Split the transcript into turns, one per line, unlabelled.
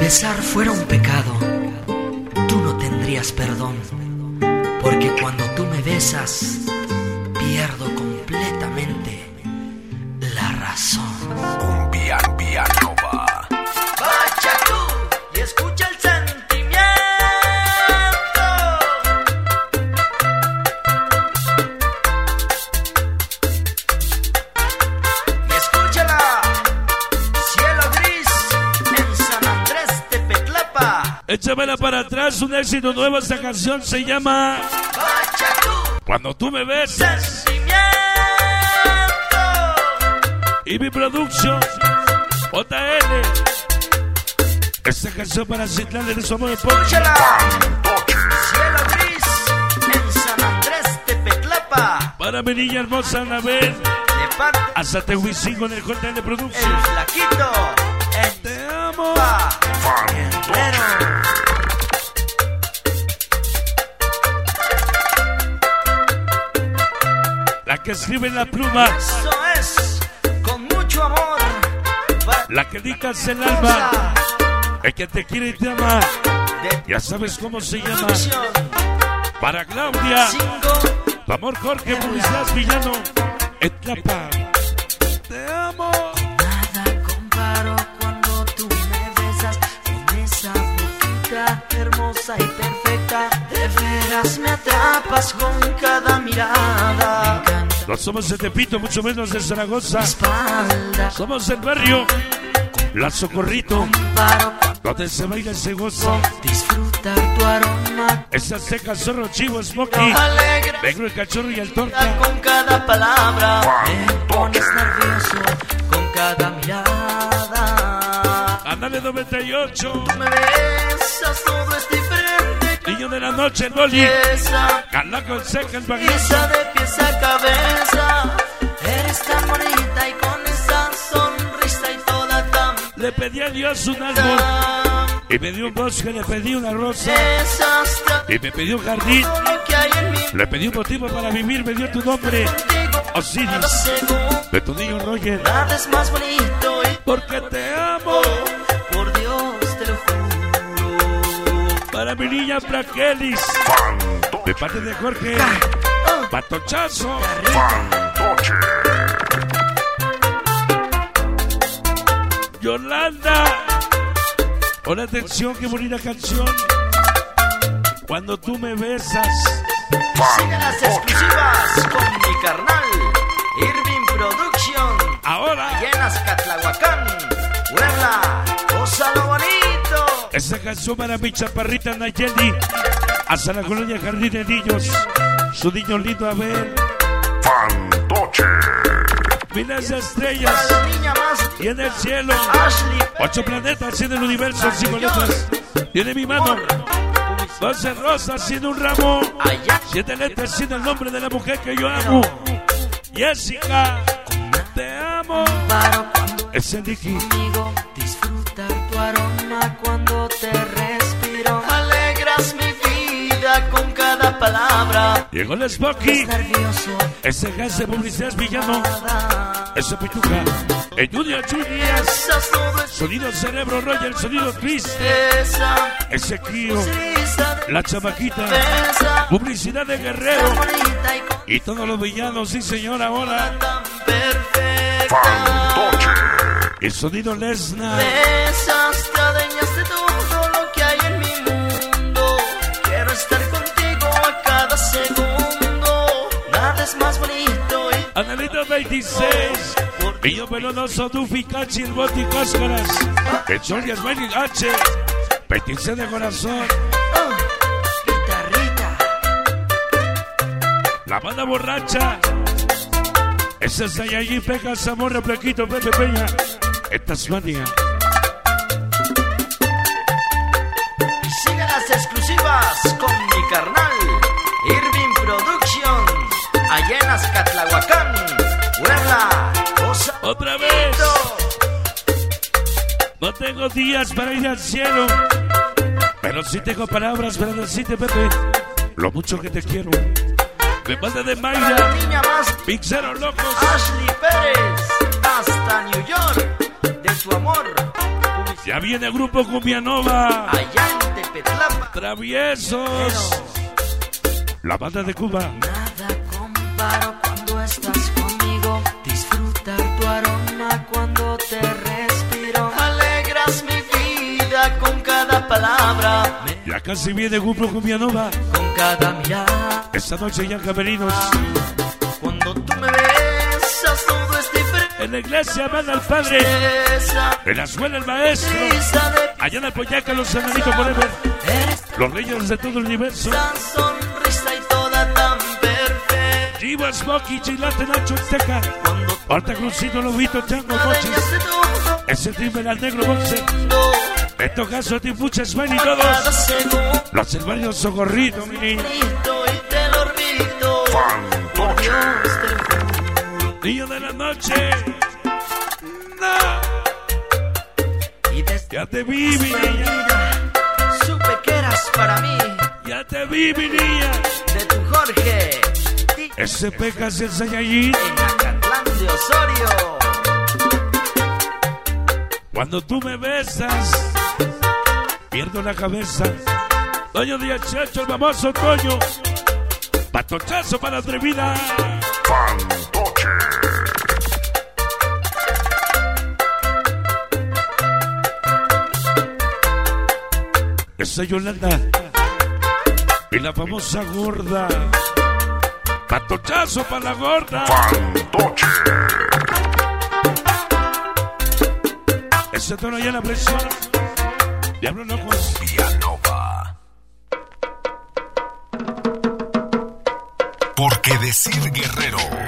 besar fuera un pecado, tú no tendrías perdón, porque cuando tú me besas, pierdo completamente la razón.
Cumbia, cumbia nova.
Vaya tú y escucha el sentimiento. Y escúchala, cielo gris en San Andrés de Petlapa.
Échamela para atrás, un éxito nuevo. Esta canción se llama
Vaya tú,
Cuando tú me ves
sentimiento.
y mi producción JN. Esta canción para Citlán de Somos de Poncho.
Escúchala, cielo gris en San Andrés de Petlapa.
Para mi niña hermosa Anabel.
De parte
Hasta Tehuicín con el JN de
el
producción.
flaquito en
Te amo.
Tepa. Guerrero.
La que escribe en la pluma.
Eso es, con mucho amor. va-
La que dicas el alma. El que te quiere y te ama.
de
Ya sabes cómo se llama.
producción.
Para Claudia.
Cinco,
Tu amor Jorge Publicidad Villano. Etlapa. Te amo.
Nada comparo cuando tú me besas con esa boquita hermosa y perfecta. De veras me atrapas con cada mirada. Me encanta
No somos de Tepito, mucho menos de Zaragoza.
tu espalda.
Somos el barrio. La Socorrito.
Comparo cuando
Donde se baila y se goza.
disfrutar tu aroma.
Esas secas, zorro, chivo, smokey.
Alegre.
Negro el cachorro y el torta.
con cada palabra me pones nervioso con cada mirada
Andale 98.
me besas todo es diferente
Niño de la noche, Loli.
esa
Calaco el seca, el baglazo.
pieza de pieza a cabeza eres tan bonita y con esa sonrisa y toda tan
Le pedí a Dios un árbol.
tan
Y me dio un bosque, le pedí una rosa.
besas
Y me pidió un jardín.
todo lo que hay en mí
Le pedí un motivo para vivir. Me dio tu nombre.
digo cada
Osiris.
segundo
De tu niño Roger.
nada es más bonito y
Porque te amo.
por Dios te lo juro
Para mi niña Fraquelis. De parte de Jorge. Patochazo. Yolanda. Hola, atención, qué bonita canción. Cuando tú me besas.
Sigan las exclusivas con mi carnal Irving Production
Ahora.
Llenas Catlahuacán Puebla Ósalo bonito
Esa canción para mi chaparrita Nayeli. Hasta la colonia Jardín de Niños. Su niño lindo Abel. Mira esas
Para
estrellas.
la niña más
Y en el cielo.
Ashley
Ocho planetas en el universo. Cinco letras. Tiene mi mano. Once rosas sin un ramo.
Allá
Siete letras sin el nombre de la mujer que yo amo. Jessica. Te amo.
paro cuando
Ese Nicky.
conmigo Disfrutar tu aroma cuando te respiro Alegras mi vida con cada palabra
Llegó el Spocky.
Nervioso
Ese gas de publicidad villano.
nada
Ese pituca. El Junior Junior.
Esas nubes
Sonido Cerebro Roger, sonido Chris,
Esa
ese Kio,
sonrisa de
la chamaquita,
besa
publicidad de Guerrero
bonita y con
y todos los villanos, sí señora, hola.
tan perfecta.
El sonido Lesna,
Besas, te adueñas de todo lo que hay en mi mundo. Quiero estar contigo a cada segundo. Nada es más bonito y
Analito 26, Millo Pelonoso, Dufi, Cachi, el Boti, Cáscaras, el Sol y el Manny H, 26 de corazón,
oh, guitarrita.
la banda borracha. Ese es Sayayí, Pega, Zamora, Plaquito, Pepe Peña, en Tasmania.
Y sigue las exclusivas con mi carnal Irving Productions. Allá en Azcatlahuacán, Puebla, Osa.
Otra vez. No tengo días para ir al cielo, pero sí tengo palabras para decirte, Pepe, lo mucho que te quiero. Me manda de
Para la
Mayra,
niña más
Pixero Locos,
Ashley Pérez, hasta New York, de tu amor.
Ya viene Grupo Cumbianova.
allá en Tepetlapa.
Traviesos. La banda de Cuba.
Nada comparo cuando estás conmigo. Disfrutar tu aroma cuando te respiro. Alegras mi vida con cada palabra, me-
Ya casi viene Grupo Cumbianova.
con cada mirada.
Esta noche ya camerinos.
Cuando tú me besas, todo es diferente.
En la iglesia manda al padre.
Esa
En la escuela el maestro.
risa de
Allá en el Poyaca los hermanitos forever.
eres
Los reyes de todo el universo.
tan sonrisa y toda tan perfecta.
Chivas, Moki, Chilate, Nacho, Azteca.
Cuando
Horta, Crucito, Lobito, Chango, Coches.
adueñas de todo,
Ese triple al negro boxer. En todo caso, Tifucha, Sven y
cada
todos.
segundo.
Los hermanos Socorrito, mi niño.
grito y te lo orbito. Por Dios te juro.
Niño de la noche. No.
Y desde
Ya te vi, mi
esa
niña.
vida supe que eras para mí.
Ya te vi, mi niña.
De tu Jorge, ti-
Ese pecas y el Saiyajin.
en Acatlán de Osorio.
Cuando tú me besas, pierdo la cabeza. Doño Díaz Chacho, el famoso Toño. Patochazo para atrevida. Esa Yolanda. Y la famosa gorda. Patochazo para la gorda. Ese tono ya la presión. Diablo locos.
Villanova. Porque decir guerrero